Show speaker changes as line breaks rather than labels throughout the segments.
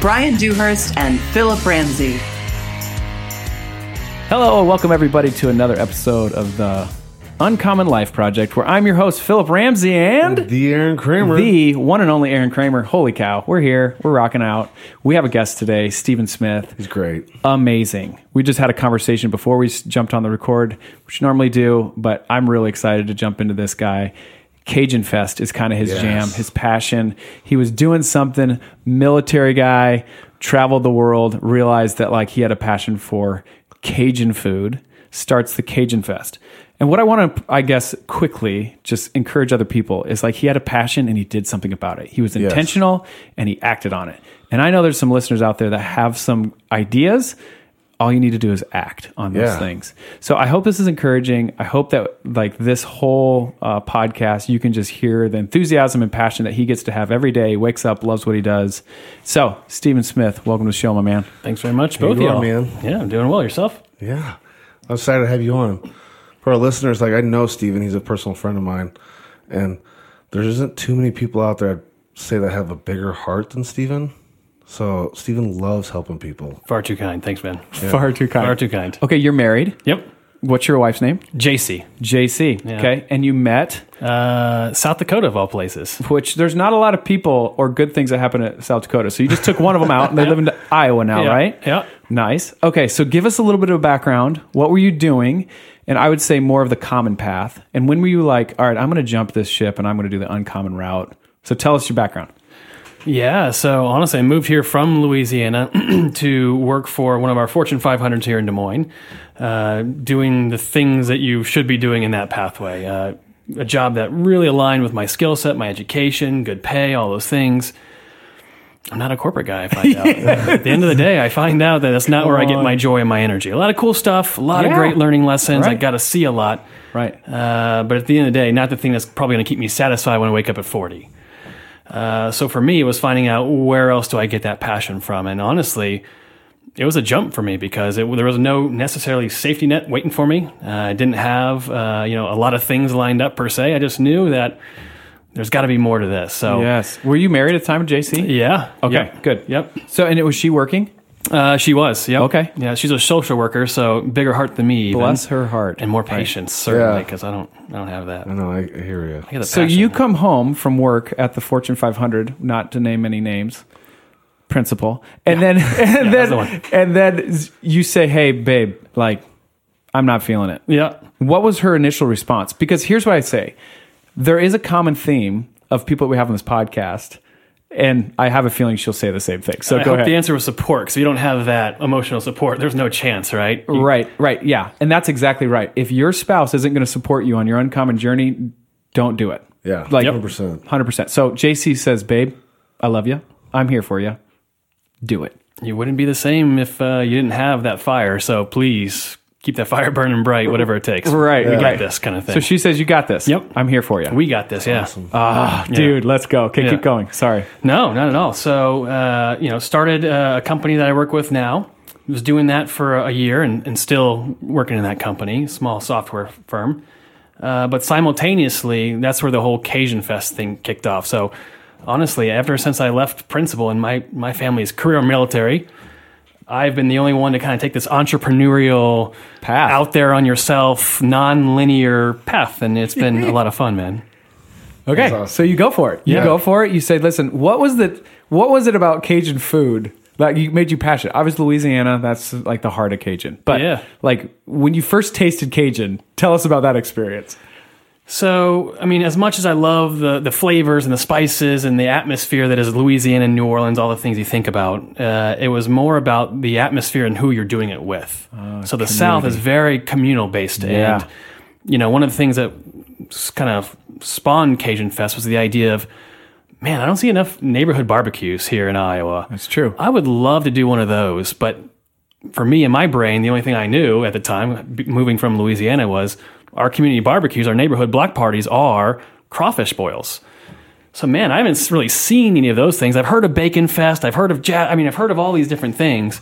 Brian Dewhurst and Philip Ramsey.
Hello, and welcome everybody to another episode of the Uncommon Life Project, where I'm your host, Philip Ramsey, and
The Aaron Kramer.
the one and only Aaron Kramer. Holy cow, we're here, we're rocking out. We have a guest today, Stephen Smith.
He's great.
Amazing. We just had a conversation before we s- jumped on the record, which we normally do, but I'm really excited to jump into this guy. Cajun Fest is kind of his
Yes.
jam, his passion. He was doing something, military guy, traveled the world, realized that like he had a passion for Cajun food, starts the Cajun Fest. And what I want to, I guess, quickly just encourage other people is like he had a passion and he did something about it. He was intentional and he acted on it. And I know there's some listeners out there that have some ideas. All you need to do is act on those
Yeah.
things things. So I hope this is encouraging. I hope that like this whole uh, podcast, you can just hear the enthusiasm and passion that he gets to have every day. Wakes up, loves what he does. So Stephen Smith, welcome to the show, my man.
Thanks very much, both
you
of
are,
y'all.
man.
Yeah, I'm doing well. Yourself?
Yeah. I'm excited to have you on. For our listeners, like I know Steven, he's a personal friend of mine. And there isn't too many people out there I'd say that have a bigger heart than Steven. So Steven loves helping people.
Far too kind. Thanks, man.
Far too kind.
Far too kind.
Okay, you're married.
Yep.
What's your wife's name?
JC,
JC. Okay, and you met.
uh, South Dakota of all places.
Which there's not a lot of people or good things that happen at South Dakota. So you just took one of them out, and they live in Iowa now,
Yeah.
right?
Yeah.
Nice. Okay, so give us a little bit of background. What were you doing? And I would say more of the common path. And when were you like, all right, I'm going to jump this ship and I'm going to do the uncommon route? So tell us your background.
Yeah. So honestly, I moved here from Louisiana to work for one of our Fortune 500s here in Des Moines, uh, doing the things that you should be doing in that pathway. Uh, a job that really aligned with my skill set, my education, good pay, all those things. I'm not a corporate guy, I find out. At the end of the day, I find out that that's not where I get my joy and my energy. A lot of cool stuff, a lot
Yeah.
of great learning lessons. I
Right.
got to see a lot.
Right.
Uh, but at the end of the day, not the thing that's probably going to keep me satisfied when I wake up at 40. Uh, so for me, it was finding out where else do I get that passion from. And honestly, it was a jump for me because it, there was no necessarily safety net waiting for me. Uh, I didn't have uh, you know a lot of things lined up per se. I just knew that there's got to be more to this. So
Yes. Were you married at the time, JC?
yeah.
Okay,
Yep.
good.
Yep.
So, and it was she working?
Uh, she was. Yep.
Okay.
Yeah. She's a social worker, so bigger heart than me. even.
Bless her heart. Mm.
And more patience, certainly,
Yeah.
because I don't. I don't have that.
I know, I, I hear you.
I got the
So
passion.
you come home from work at the Fortune 500, not to name any names, principal, and then and
that's
then
the one.
and then z- you say, "Hey, babe, like, I'm not feeling it."
Yeah.
What was her initial response? Because here's what I say there is a common theme of people that we have on this podcast, and I have a feeling she'll say the same thing. So
I
go
hope
ahead.
the answer was support. So you don't have that emotional support. There's no chance, right? You-
right, right. Yeah. And that's exactly right. If your spouse isn't going to support you on your uncommon journey, don't do it.
Yeah.
Like- Yep.
100%.
100%. So JC says, Babe, I love you. I'm here for you. Do it.
You wouldn't be the same if uh, you didn't have that fire. So please keep that fire burning bright, whatever it takes.
Right,
We
right.
got this kind of thing.
So she says, You got this.
Yep.
I'm here for you.
we got this. Yeah.
Ah, dude, let's go. Okay,
Yeah.
keep going. Sorry.
No, not at all. So, uh, you know, started uh, a company that I work with now. Was doing that for a year and, and still working in that company, small software firm. Uh, but simultaneously, that's where the whole Cajun Fest thing kicked off. So, honestly, ever since I left principal and my, my family's career military, I've been the only one to kind of take this entrepreneurial
Path.
out there on yourself, non linear path. And it's been a lot of fun, man.
Okay,
awesome.
so you go for it. You
Yeah.
go for it. You say, "Listen, what was the what was it about Cajun food that you made you passionate?" I was Louisiana. That's like the heart of Cajun. But
Yeah.
like when you first tasted Cajun, tell us about that experience.
So, I mean, as much as I love the, the flavors and the spices and the atmosphere that is Louisiana and New Orleans, all the things you think about, uh, it was more about the atmosphere and who you're doing it with. so, the South is very communal based.
Yeah.
And, you know, one of the things that kind of spawned Cajun Fest was the idea of man, I don't see enough neighborhood barbecues here in Iowa.
It's true.
I would love to do one of those, but for me in my brain, the only thing I knew at the time, b- moving from Louisiana, was our community barbecues, our neighborhood block parties are crawfish boils. So man, I haven't really seen any of those things. I've heard of Bacon Fest. I've heard of ja- I mean, I've heard of all these different things.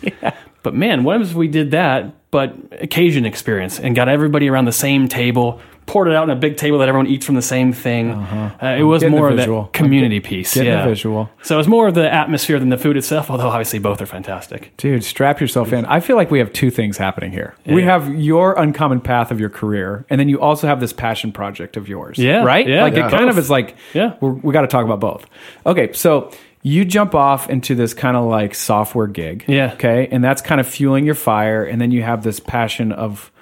But man, what if we did that, but occasion experience, and got everybody around the same table, poured it out on a big table that everyone eats from the same thing. Uh, it was
Uh-huh. getting the
more of
visual.
that
I'm
community piece.
getting the
yeah.
visual.
So it's more of the atmosphere than the food itself. Although obviously both are fantastic.
Dude, strap yourself in. I feel like we have two things happening here. We have your uncommon path of your career, and then you also have this passion project of yours.
Yeah,
Right?
yeah,
like
yeah.
it kind of
Both.
is like,
Yeah.
we're, we got to talk about both. Okay. So you jump off into this kind of like software gig.
Yeah.
Okay. And that's kind of fueling your fire. And then you have this passion of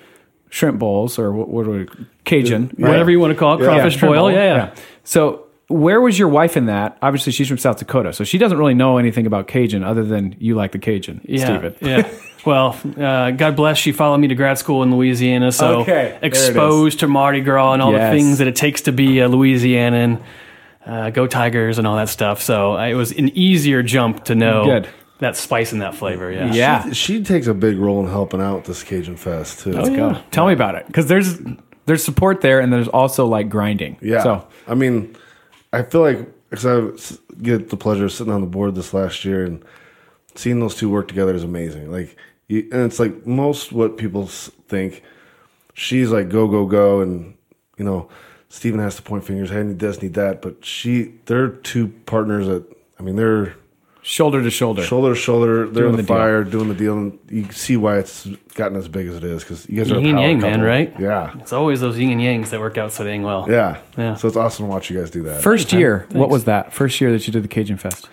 shrimp bowls or what, what do we, Cajun. right?
Whatever you want to call it, crawfish
shrimp
boil.
bowl.
Yeah, yeah.
So where was your wife in that? Obviously, she's from South Dakota, so she doesn't really know anything about Cajun other than you like the Cajun,
Yeah,
Steven.
yeah. Well, uh, God bless. She followed me to grad school in Louisiana, so
Okay, there it is.
exposed to Mardi Gras and all
Yes.
the things that it takes to be a Louisianan. Uh, go Tigers and all that stuff. So I, it was an easier jump to know
Good.
that spice and that flavor. Yeah.
Yeah.
She takes a big role in helping out with this Cajun Fest too. Let's
Go. Tell me about it, because there's there's support there, and there's also like grinding.
Yeah.
So
I mean, I feel like because I s- get the pleasure of sitting on the board this last year and seeing those two work together is amazing. Like, you, and it's like most what people s- think. She's like go go go, and you know, Steven has to point fingers. Hey, I need this, need that. But she, they're two partners that I mean, they're
shoulder to shoulder.
shoulder to shoulder. They're
Doing
in
the
the,
deal.
fire, doing the deal, and you see why it's gotten as big as it is because you guys are a
Yin and
power
yang, man,
couple.
right?
Yeah,
It's always those yin and yangs that work out so dang well.
yeah,
Yeah.
So it's awesome to watch you guys do that.
First year, what was that? First year that you did the Cajun Fest.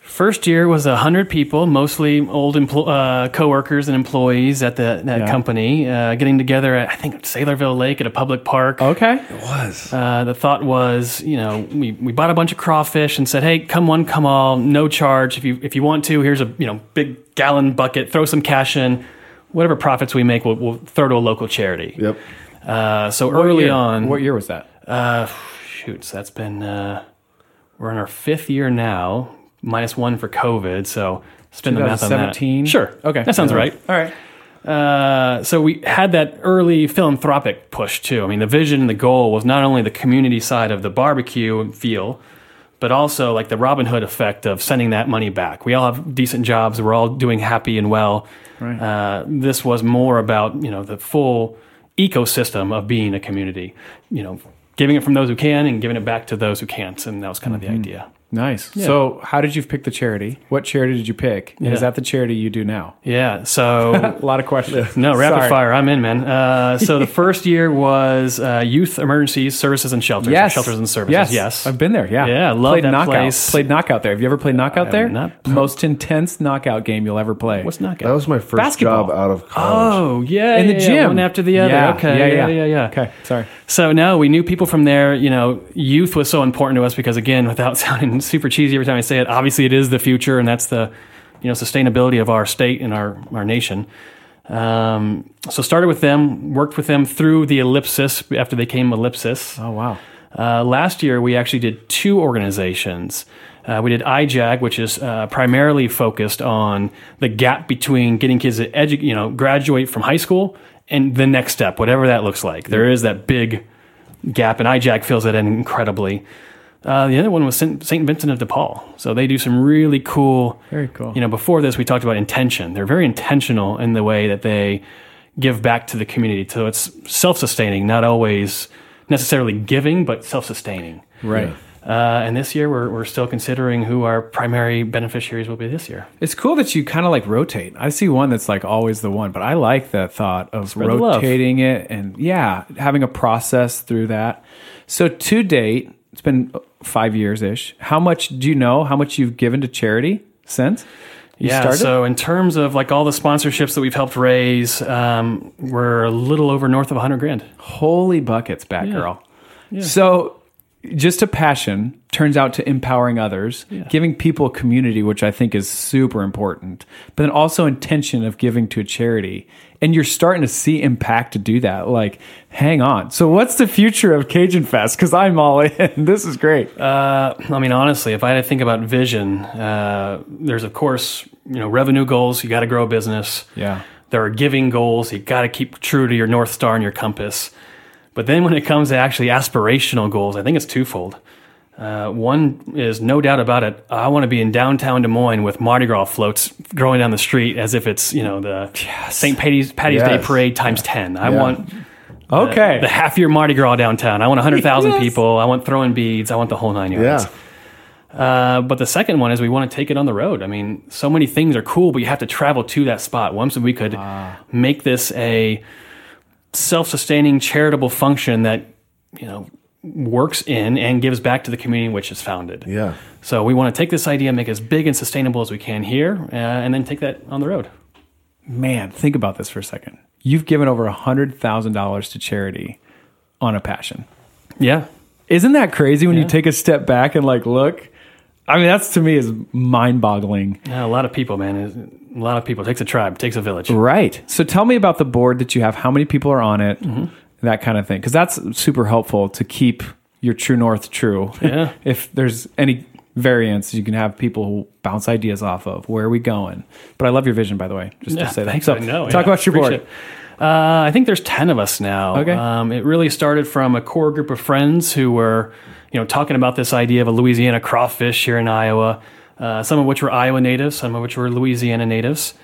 First year was hundred people, mostly old empl- uh, coworkers and employees at the that
Yeah.
company, uh, getting together at I think Sailorville Lake at a public park.
Okay.
was
Uh, the thought was, you know, we, we bought a bunch of crawfish and said, hey, come one, come all, no charge. If you if you want to, here's a you know big gallon bucket, throw some cash in. Whatever profits we make, we'll, we'll throw to a local charity.
yep.
Uh, so
What
early
year?
on,
What year was that?
uh, shoots. That's been uh, we're in our fifth year now, minus one for COVID. So spin the math on that.
2017?
Sure.
Okay.
That sounds right.
All right.
Uh, so we had that early philanthropic push too. I mean, the vision and the goal was not only the community side of the barbecue feel, but also like the Robin Hood effect of sending that money back. We all have decent jobs. We're all doing happy and well.
Right.
Uh, this was more about you know the full ecosystem of being a community. You know, giving it from those who can and giving it back to those who can't, and that was kind of the idea.
Nice. So, how did you pick the charity? What charity did you pick? And Is
Yeah.
that the charity you do now?
Yeah. So
A lot of questions.
No, rapid
Sorry.
fire. I'm in, man. Uh, so the first year was uh, youth emergency services and shelters. or
Yes.
shelters and services.
Yes.
Yes,
I've been there. Yeah.
Yeah, I love
played
that
knockout.
place.
Played knockout there. Have you ever played knockout there?
not.
Most intense knockout game you'll ever play.
What's
That
knockout?
was my first
Basketball.
job out of college.
Oh yeah,
in the
yeah, yeah,
gym?
one after the other.
Yeah.
Okay,
Yeah. Yeah.
yeah, yeah.
Okay. Sorry.
So no, we knew people from there. You know, youth was so important to us because, again, without sounding super cheesy every time I say it, obviously it is the future, and that's the you know sustainability of our state and our our nation. Um, so started with them, worked with them through the ellipsis after they came ellipsis.
Oh wow.
Uh, last year, we actually did two organizations. Uh, we did IJAG, which is uh, primarily focused on the gap between getting kids to edu- you know, graduate from high school and the next step, whatever that looks like. There is that big gap, and IJAG fills it in incredibly. Uh, the other one was St. Vincent of de Paul. So they do some really cool.
Very cool.
You know, before this, we talked about intention. They're very intentional in the way that they give back to the community. So it's self sustaining, not always necessarily giving, but self sustaining.
Oh, Right.
Uh, and this year, we're, we're still considering who our primary beneficiaries will be this year.
It's cool that you kind of like rotate. I see one that's like always the one, but I like that thought of
the love.
rotating it and yeah, having a process through that. So to date, it's been five years ish. How much do you know? How much you've given to charity since? You
yeah.
started?
So in terms of like all the sponsorships that we've helped raise, um, we're a little over north of 100 grand.
Holy buckets, Batgirl. So just a passion turns out to empowering others, giving people community, which I think is super important, but then also intention of giving to a charity. And you're starting to see impact to do that. Like, hang on. So, what's the future of Cajun Fest? Because I'm all in. This is great.
Uh, I mean, honestly, if I had to think about vision, uh, there's of course you know revenue goals. You got to grow a business.
Yeah.
There are giving goals. You got to keep true to your north star and your compass. But then when it comes to actually aspirational goals, I think it's twofold. Uh, one is no doubt about it. I want to be in downtown Des Moines with Mardi Gras floats growing down the street as if it's you know the St. Patty's, Patty's Day
Yes.
parade times ten. I want
okay.
uh, the half year Mardi Gras downtown. I want 100,000
Yes.
people. I want throwing beads. I want the whole nine yards.
Yeah.
Uh, but the second one is we want to take it on the road. I mean, so many things are cool, but you have to travel to that spot. Once we could make this a self sustaining charitable function that, you know, works in and gives back to the community in which it's founded.
Yeah.
So we want to take this idea, make it as big and sustainable as we can here, uh, and then take that on the road.
Man, think about this for a second. You've given over $100,000 to charity on a passion.
Yeah.
Isn't that crazy when you
Yeah.
take a step back and like look? I mean, that's to me is mind boggling.
Yeah, a lot of people, man. A lot of people. It takes a tribe, it takes a village.
Right. So tell me about the board that you have, how many people are on it,
Mm-hmm.
that kind of thing. Because that's super helpful to keep your true north true.
Yeah.
if there's any variance, you can have people who bounce ideas off of. Where are we going? But I love your vision, by the way, just
Yeah,
to say that.
thanks,
So
I know,
talk
yeah,
about your board.
appreciate it. Uh, I think there's 10 of us now.
Okay.
Um, it really started from a core group of friends who were, you know, talking about this idea of a Louisiana crawfish here in Iowa, uh, some of which were Iowa natives, some of which were Louisiana natives.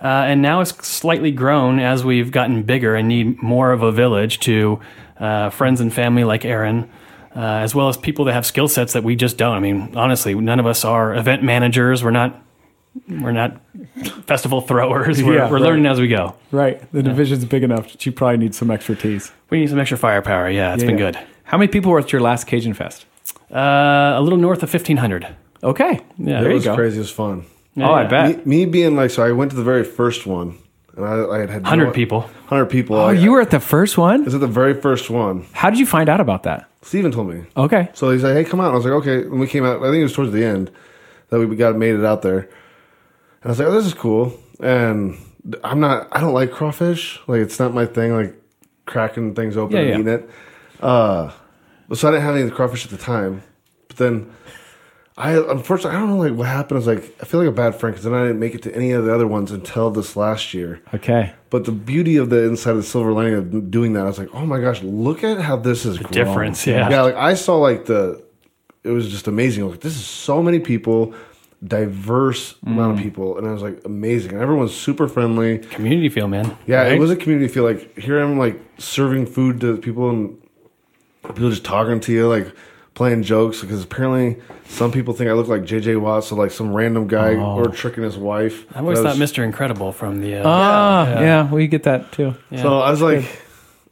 Uh, and now it's slightly grown as we've gotten bigger and need more of a village to uh, friends and family like Aaron, uh, as well as people that have skill sets that we just don't. I mean, honestly, none of us are event managers. We're not. We're not festival throwers. We're,
Yeah,
we're
right.
learning as we go.
Right. The division's big enough that you probably need some expertise.
We need some extra firepower. Yeah, it's been good.
How many people were at your last Cajun Fest?
Uh, a little north of 1,500.
Okay.
Yeah,
There
it
you
was
go.
crazy. It was fun.
oh, I
yeah.
bet.
Me, me being like, so I went to the very first one, and I, I had had no-
100 people.
Hundred people.
Oh, you were at the first one?
Is it the very first one?
How did you find out about that?
Steven told me.
Okay.
So he's like, "Hey, come out." And I was like, "Okay." And we came out. I think it was towards the end that we got made it out there. And I was like, "Oh, this is cool." And I'm not. I don't like crawfish. Like, it's not my thing. Like, cracking things open
Yeah,
and
yeah.
eating it. Uh, so I didn't have any of the crawfish at the time. But then, I unfortunately I don't know like what happened. I was like, I feel like a bad friend because then I didn't make it to any of the other ones until this last year.
Okay.
But the beauty of the inside of the silver lining of doing that, I was like, oh my gosh, look at how this is the
difference, yeah.
yeah. Like I saw like the, it was just amazing. Like this is so many people, diverse
Mm.
amount of people, and I was like amazing. And everyone's super friendly.
Community feel, man.
Yeah,
Right?
it was a community feel. Like here I'm like serving food to people and people just talking to you, like playing jokes. Because apparently some people think I look like JJ Watt, so like some random guy or tricking his wife.
I Oh. always
That was-
thought Mr. Incredible from the. Uh,
Ah, yeah. we get that too.
So I was like,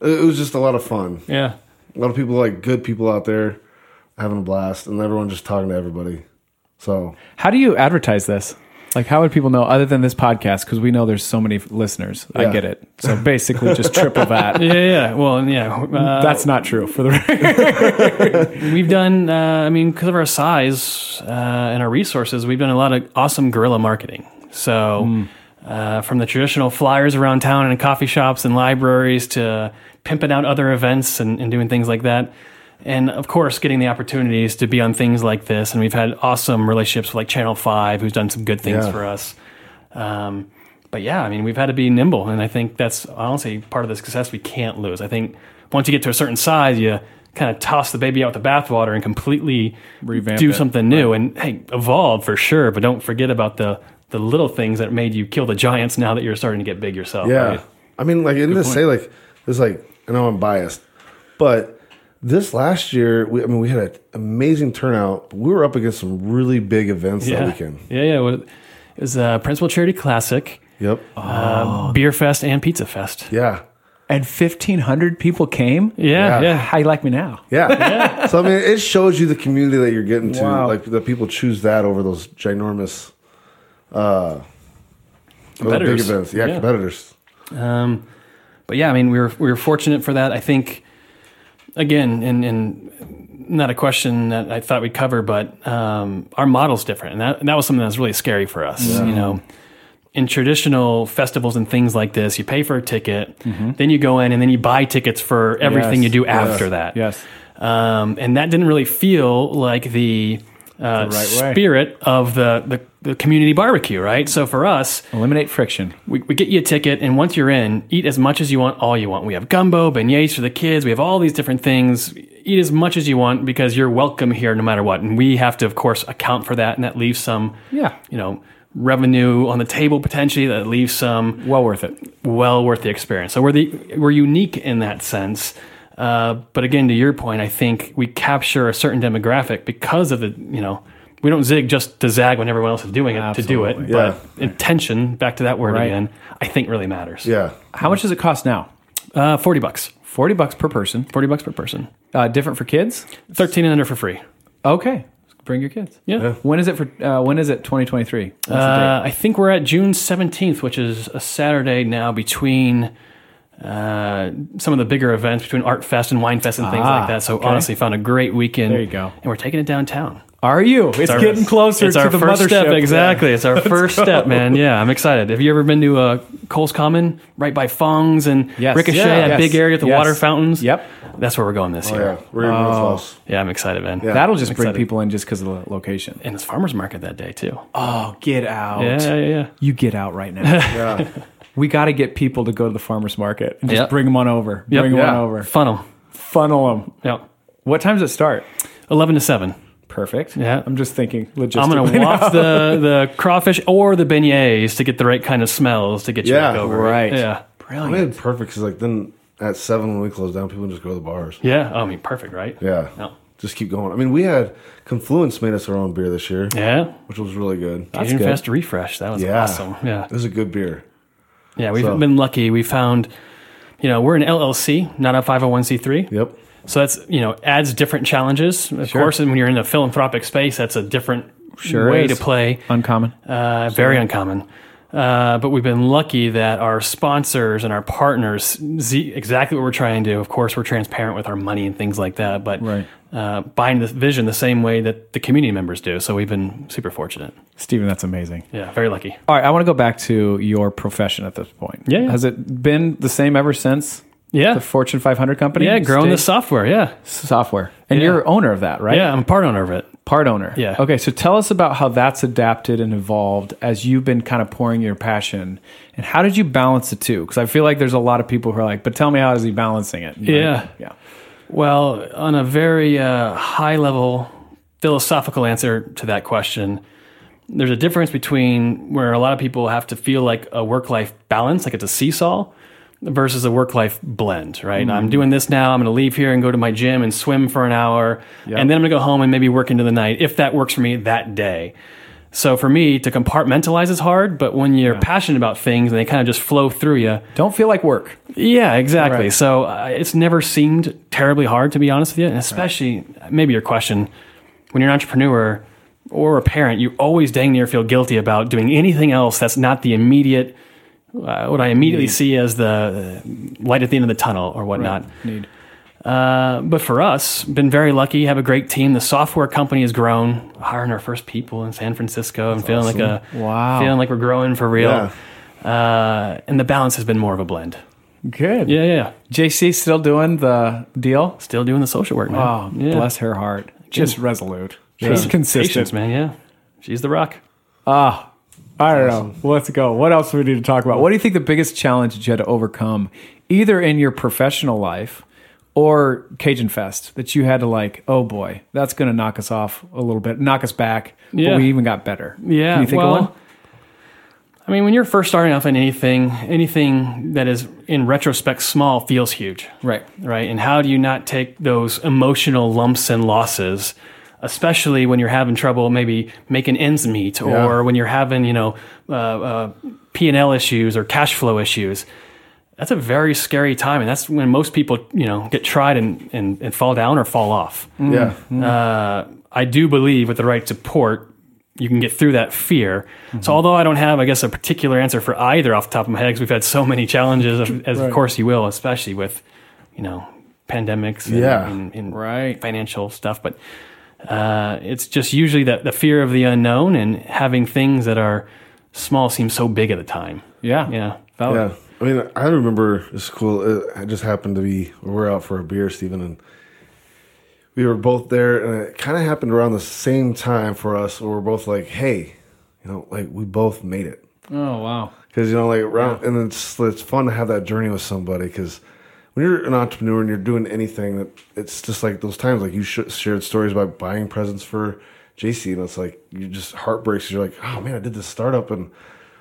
it was just a lot of fun.
yeah.
a lot of people like good people out there having a blast and everyone just talking to everybody so
How do you advertise this? Like, how would people know other than this podcast? Because we know there's so many listeners. I
Yeah.
get it. So basically, just triple that.
Yeah, yeah. Well, and yeah. Uh,
That's not true for the
we've done, uh, I mean, because of our size uh, and our resources, we've done a lot of awesome guerrilla marketing. So, uh, from the traditional flyers around town and in coffee shops and libraries to pimping out other events and, and doing things like that. And of course, getting the opportunities to be on things like this. And we've had awesome relationships with like Channel 5, who's done some good things
Yeah.
for us. Um, but yeah, I mean, we've had to be nimble, and I think that's honestly part of the success we can't lose. I think once you get to a certain size, you kind of toss the baby out with the bathwater and completely
Revamp
do
it.
something new. And hey, evolve for sure, but don't forget about the the little things that made you kill the giants. Now that you're starting to get big yourself,
yeah
right?
i mean like in this say like it's like i know i'm biased but this last year we, i mean we had an amazing turnout but we were up against some really big events
yeah,
that weekend
yeah, yeah. Well, It was a Principal Charity Classic,
yep
uh,
Oh.
Beer Fest, and Pizza Fest.
yeah
and 1,500 people came.
Yeah, yeah.
Yeah.
How you like me now?
yeah. so i mean it shows you the community that you're getting to
Wow.
like the people choose that over those ginormous uh those big
Competitors.
events yeah,
Yeah.
competitors
Um, but yeah, I mean, we were we were fortunate for that. I think again, and, and not a question that I thought we'd cover, but um, our model's different, and that, and that was something that was really scary for us. You know, in traditional festivals and things like this, you pay for a ticket, then you go in, and then you buy tickets for everything
Mm-hmm. Yes.
you do after that.
Yes.
um, and that didn't really feel like the, uh,
right way.
spirit of the, the the community barbecue, right? So for us,
Eliminate friction.
we, we get you a ticket, and once you're in, eat as much as you want, all you want. We have gumbo, beignets for the kids. We have all these different things. Eat as much as you want because you're welcome here no matter what. And we have to, of course, account for that, and that leaves some,
Yeah.
you know, revenue on the table potentially. That leaves some
Well worth it.
well worth the experience. So we're the we're unique in that sense. Uh, but again, to your point, I think we capture a certain demographic because of the you know we don't zig just to zag when everyone else is doing it to do it.
Absolutely.
Yeah.
But intention, back to that word
Right.
again, I think really matters.
Yeah.
How much does it cost now?
Uh, forty bucks,
40 bucks per person.
forty bucks per person,
Uh, different for kids?
thirteen and under for free.
Okay. Bring your kids.
Yeah.
When is it for uh, when is it 2023? What's the
Uh, I think we're at June seventeenth, which is a Saturday now between uh, some of the bigger events, between Art Fest and Wine Fest and things
Ah,
like that. So
okay.
honestly, found a great weekend.
There you go.
And we're taking it downtown.
Are you? It's,
our-
getting closer
it's
to
our
the
first
mothership.
step. Exactly, it's our first step, man. Yeah, I'm excited. Have you ever been to uh, Cole's Common, right by Fong's and
Yes.
Ricochet,
Yeah.
that
Yes.
big area with the
Yes.
water fountains?
Yep.
that's where we're going this
Oh,
year.
yeah. We're in real close.
Yeah, I'm excited, man.
Yeah.
That'll just bring
excited.
people in just because of the location.
And it's farmers market that day too.
Oh, get out.
yeah, yeah, yeah.
You get out right now.
Yeah.
we got to get people to go to the farmer's market and just
Yep.
bring them on over.
Yep.
Bring them on
Yeah.
over.
Funnel.
Funnel them.
Yep.
What time does it start?
Eleven to seven.
Perfect.
Yeah.
I'm just thinking logistically.
I'm gonna waft the the crawfish or the beignets to get the right kind of smells to get you
Yeah,
back over. it.
right.
Yeah.
I mean, it's perfect because like then at seven when we close down, people just go to the bars.
Yeah. Oh, I mean, perfect, right?
Yeah.
No.
Just keep going. I mean, we had Confluence made us our own beer this year,
Yeah.
which was really good.
Asian
good.
Fest refresh. That was
Yeah.
awesome. Yeah.
It was a good beer.
Yeah, we've
So-
been lucky. We found, you know, we're an LLC, not a 501c3.
Yep.
So that's, you know, adds different challenges. Of course, and when you're in a philanthropic space, that's a different
Sure
way
is.
to play.
Uncommon.
Uh, very uncommon. Uh, but we've been lucky that our sponsors and our partners see exactly what we're trying to do. Of course, we're transparent with our money and things like that, but
Right.
uh, buying the vision the same way that the community members do. So we've been super fortunate.
Steven, that's amazing.
Yeah, very lucky.
All right, I want to go back to your profession at this point.
Yeah, yeah.
Has it been the same ever since
Yeah.
the Fortune 500 company?
yeah, growing the
Stayed-
software. Yeah.
software. And
Yeah.
you're owner of that, right?
Yeah, I'm a part owner of it.
Part owner.
Yeah.
Okay, so tell us about how that's adapted and evolved as you've been kind of pouring your passion. And how did you balance the two? Because I feel like there's a lot of people who are like, but tell me, how is he balancing it?
Yeah.
Yeah.
Well, on a very uh, high level philosophical answer to that question, there's a difference between where a lot of people have to feel like a work life balance, like it's a seesaw, versus a work life blend, right? I'm doing this now. I'm going to leave here and go to my gym and swim for an hour. And then I'm going to go home and maybe work into the night if that works for me that day. So for me, to compartmentalize is hard, but when you're passionate about things and they kind of just flow through you,
Don't feel like work.
yeah, exactly.
Right.
So uh, it's never seemed terribly hard, to be honest with you. And especially, maybe your question, when you're an entrepreneur or a parent, you always dang near feel guilty about doing anything else that's not the immediate, uh, what I immediately see as the uh, light at the end of the tunnel or whatnot.
Need.
Uh, but for us, been very lucky, have a great team. The software company has grown, hiring our first people in San Francisco and feeling like a
Wow.
feeling like we're growing for real.
Yeah.
Uh, and the balance has been more of a blend.
Good.
Yeah, yeah, yeah.
JC still doing the deal?
Still doing the social work, man.
Oh,
yeah.
bless her heart. Just resolute. Just consistent.
Patience, man. Yeah, she's the rock.
Ah, I don't know. Let's go. What else do we need to talk about? What do you think the biggest challenge that you had to overcome, either in your professional life or Cajun Fest, that you had to like, oh boy, that's going to knock us off a little bit, knock us back,
Yeah.
but we even got better.
Yeah,
Can you think
well,
of one?
I mean, when you're first starting off in anything, anything that is in retrospect small feels huge,
Right.
right? And how do you not take those emotional lumps and losses, especially when you're having trouble maybe making ends meet, or when you're having you know uh, uh, P and L issues or cash flow issues? That's a very scary time, and that's when most people you know get tried and and, and fall down or fall off.
Yeah.
Uh, I do believe with the right support, you can get through that fear.
Mm-hmm.
So, although I don't have, I guess, a particular answer for either off the top of my head, because we've had so many challenges, of- as of course you will, especially with, you know, pandemics and,
Yeah.
and, and
Right.
financial stuff, but uh, it's just usually that the fear of the unknown and having things that are small seem so big at the time.
Yeah.
Yeah.
Valid.
Yeah, I mean, I remember it's cool. It just happened to be we were out for a beer, Stephen, and we were both there, and it kind of happened around the same time for us. Where we're both like, "Hey, you know, like we both made it,"
Oh wow.
because you know, like around, and it's it's fun to have that journey with somebody because. When you're an entrepreneur and you're doing anything, that it's just like those times, like you sh- shared stories about buying presents for JC, and it's like you just heartbreaks. You're like, oh man, I did this startup, and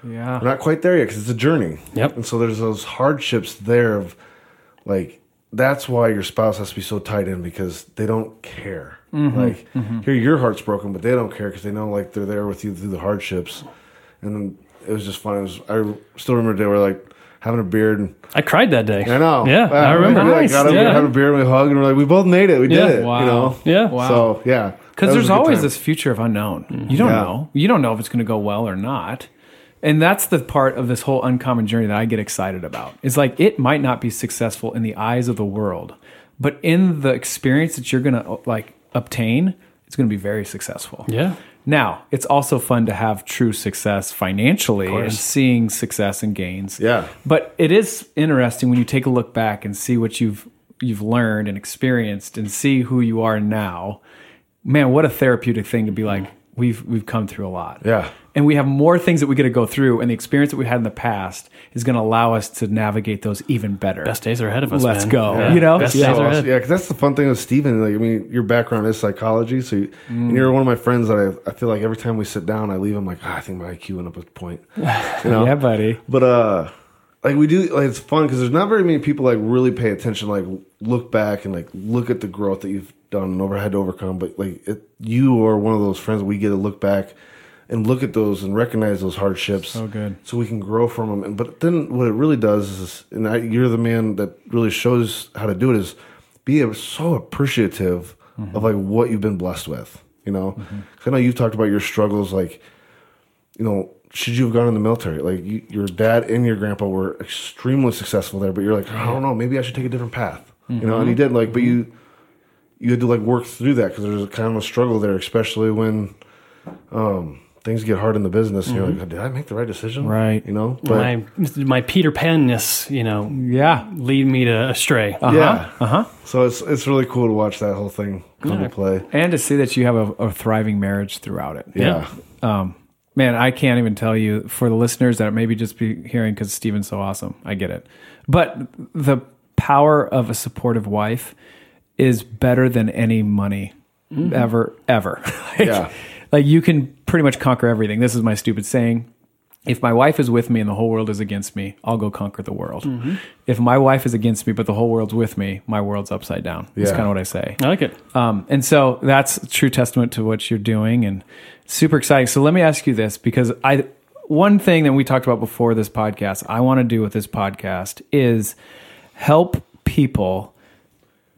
Yeah.
we're not quite there yet because it's a journey.
Yep.
And so there's those hardships there of like that's why your spouse has to be so tied in because they don't care.
Mm-hmm.
Like here your heart's broken, but they don't care because they know like they're there with you through the hardships. And it was just fun. It was I still remember the day where like having a beard and
I cried that day.
I know.
Yeah.
Uh,
I remember.
We, like, got up, we
Yeah.
had a beer and we hugged and we're like, we both made it. We
Yeah.
did it.
Wow.
You know?
Yeah.
Wow.
So yeah. That
Because
was
there's
a good
always
time. Mm-hmm.
this future of unknown. You don't
Yeah.
know. You don't know if it's going to go well or not. And that's the part of this whole uncommon journey that I get excited about. It's like it might not be successful in the eyes of the world, but in the experience that you're going to like obtain, it's going to be very successful.
Yeah.
Now, it's also fun to have true success financially and seeing success and gains.
Yeah.
But it is interesting when you take a look back and see what you've you've learned and experienced and see who you are now. Man, what a therapeutic thing to be like, we've we've come through a lot.
Yeah.
And we have more things that we get to go through and the experience that we had in the past is going to allow us to navigate those even better.
Best days are ahead of us.
Let's
man.
go. You know?
Best
Yeah.
days are ahead.
Yeah, because that's the fun thing with Steven. Like, I mean, your background is psychology, so you, and you're one of my friends that I, I feel like every time we sit down, I leave. I'm like, "Ah, I think my IQ went up a point. You know?
Yeah, buddy.
But uh, like we do, like it's fun because there's not very many people like really pay attention, like look back and like look at the growth that you've done and over had to overcome. But like it, you are one of those friends we get to look back and look at those and recognize those hardships.
So good.
So we can grow from them. And but then what it really does is, and I, you're the man that really shows how to do it is be so appreciative of like what you've been blessed with. You know, 'Cause I know you've talked about your struggles, like you know, should you have gone in the military? Like you, your dad and your grandpa were extremely successful there, but you're like, I don't know, maybe I should take a different path. You know, and you did like, but you you had to like work through that because there's a kind of a struggle there, especially when um, things get hard in the business. And You're like, did I make the right decision?
Right.
You know, but
My my Peter Panness, you know,
Yeah.
lead me to astray.
yeah,
Uh huh.
so it's it's really cool to watch that whole thing come to play.
And to see that you have a, a thriving marriage throughout it.
Yeah.
um, man, I can't even tell you for the listeners that maybe just be hearing because Steven's so awesome. I get it. But the power of a supportive wife is better than any money ever, ever. like,
Mm-hmm. Yeah.
like you can pretty much conquer everything. This is my stupid saying. If my wife is with me and the whole world is against me, I'll go conquer the world.
Mm-hmm.
If my wife is against me but the whole world's with me, my world's upside down. That's
Yeah.
kind of what I say.
I like it.
Um, and so that's a true testament to what you're doing and super exciting. So let me ask you this because I one thing that we talked about before this podcast, I want to do with this podcast is help people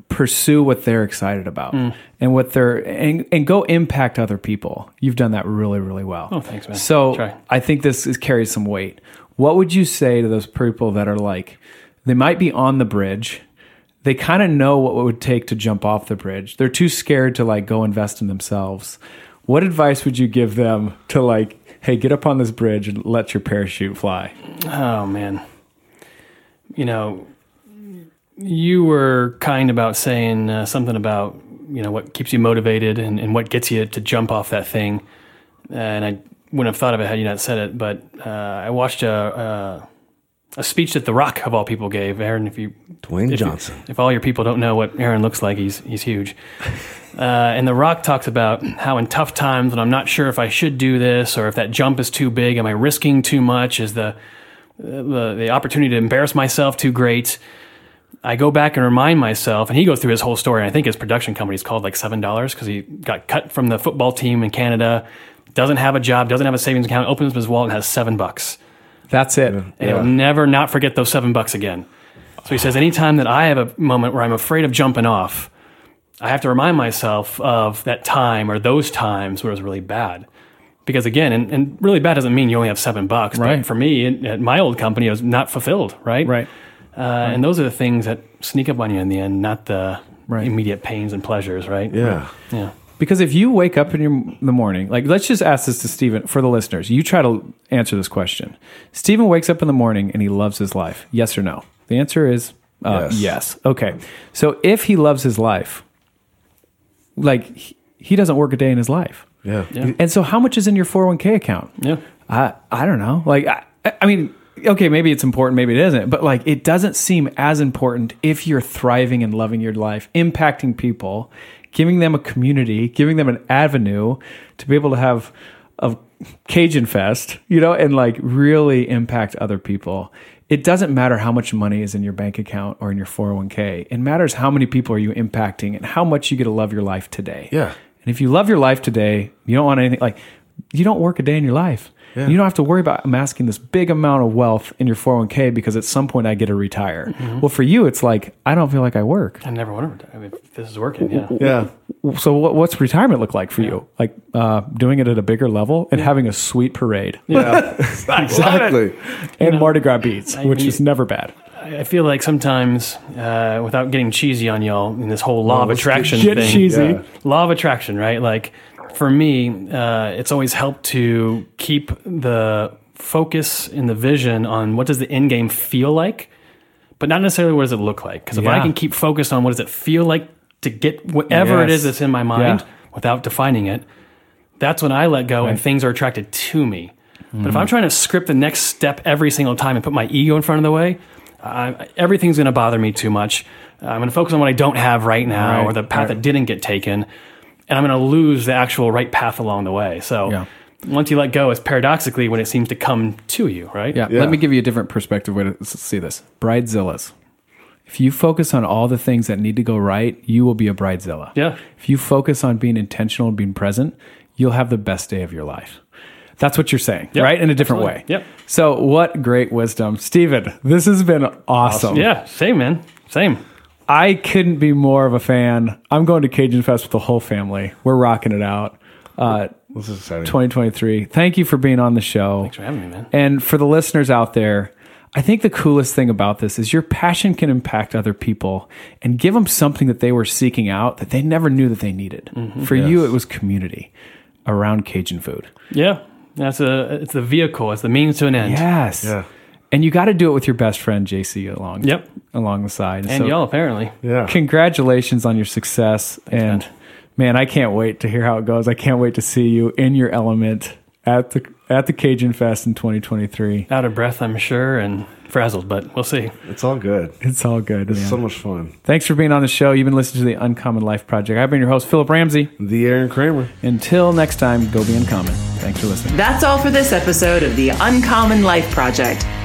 pursue what they're excited about
Mm.
and what they're and, and go impact other people. You've done that really, really well. Oh,
thanks, man.
So
Try.
I think this is, carries some weight. What would you say to those people that are like, they might be on the bridge, they kind of know what it would take to jump off the bridge. They're too scared to like go invest in themselves. What advice would you give them to like, hey, get up on this bridge and let your parachute fly?
Oh man. You know, you were kind about saying uh, something about you know what keeps you motivated and, and what gets you to jump off that thing. And I wouldn't have thought of it had you not said it. But uh, I watched a, a a speech that The Rock of all people gave. Aaron, if you
Dwayne
if you-
Johnson.
if all your people don't know what Aaron looks like, he's he's huge. Uh, and The Rock talks about how in tough times when I'm not sure if I should do this or if that jump is too big, am I risking too much? Is the the, the opportunity to embarrass myself too great? I go back and remind myself, and he goes through his whole story. And I think his production company's called like seven dollars because he got cut from the football team in Canada, doesn't have a job, doesn't have a savings account, opens up his wallet and has seven bucks
That's it.
and he'll never not forget those seven bucks again. So he says, anytime that I have a moment where I'm afraid of jumping off, I have to remind myself of that time or those times where it was really bad. Because again, and, and really bad doesn't mean you only have seven bucks.
Right.
But for me, in, at my old company, I was not fulfilled, right?
Right.
Uh, And those are the things that sneak up on you in the end, not the
Right.
immediate pains and pleasures, right?
Yeah.
Yeah.
Because if you wake up in your, the morning, like let's just ask this to Stephen for the listeners. You try to answer this question. Stephen wakes up in the morning and he loves his life. Yes or no? The answer is uh, yes.
Yes.
Okay. So if he loves his life, like he, he doesn't work a day in his life.
Yeah. You-
And so how much is in your 401k account?
Yeah.
I I don't know. Like I, I mean, okay, maybe it's important, maybe it isn't, but like it doesn't seem as important if you're thriving and loving your life, impacting people, giving them a community, giving them an avenue to be able to have a Cajun fest, you know, and like really impact other people. It doesn't matter how much money is in your bank account or in your 401k. It matters how many people are you impacting and how much you get to love your life today.
Yeah.
And if you love your life today, you don't want anything like you don't work a day in your life.
Yeah.
You don't have to worry about masking this big amount of wealth in your 401k because at some point I get to retire. Well, for you, it's like, I don't feel like I work.
I never wondered I mean, if this is working. Yeah.
Yeah.
So, what, what's retirement look like for you? Like uh, doing it at a bigger level and having a sweet parade
Yeah. exactly.
and Mardi Gras beats,
I
which
mean-
is never bad.
I I feel like sometimes, uh, without getting cheesy on y'all in this whole law of
let's
attraction
get
thing,
cheesy. Yeah.
law of attraction, right? Like for me, uh, it's always helped to keep the focus and the vision on what does the end game feel like, but not necessarily what does it look like. Because if I
Yeah.
can keep focused on what does it feel like to get whatever it
Yes.
is that's in my mind
Yeah.
without defining it, that's when I let go and things are attracted to me. But
Mm-hmm.
if I'm trying to script the next step every single time and put my ego in front of the way, I, everything's going to bother me too much. I'm going to focus on what I don't have right now
Right,
or the path that didn't get taken, and I'm going to lose the actual right path along the way. So
Yeah.
once you let go, it's paradoxically when it seems to come to you, right?
Yeah.
Yeah.
Let me give you a different perspective way to s- see this. Bridezillas. If you focus on all the things that need to go right, you will be a bridezilla.
Yeah.
If you focus on being intentional and being present, you'll have the best day of your life. That's what you're saying,
Yep.
right? In a different
Absolutely.
way.
Yep.
So, what great wisdom. Steven, this has been awesome.
Yeah. Same, man. Same.
I couldn't be more of a fan. I'm going to Cajun Fest with the whole family. We're rocking it out. Uh,
This is exciting.
2023. Thank you for being on the show.
Thanks for having me, man.
And for the listeners out there, I think the coolest thing about this is your passion can impact other people and give them something that they were seeking out that they never knew that they needed.
Mm-hmm.
For you, it was community around Cajun food.
Yeah. That's a, it's the vehicle. It's the means to an end.
Yes.
Yeah.
And you got to do it with your best friend, JC, along,
Yep.
along the side.
And
So
y'all apparently.
Yeah.
Congratulations on your success. and man. I can't wait to hear how it goes. I can't wait to see you in your element at the, at the Cajun Fest in 2023.
Out of breath, I'm sure, and frazzled, but we'll see.
It's all good.
It's all good.
It's
man.
so much fun.
Thanks for being on the show. You've been listening to the Uncommon Life Project. I've been your host, Philip Ramsey.
The Aaron Kramer.
Until next time, go be uncommon. Thanks for listening.
That's all for this episode of the Uncommon Life Project,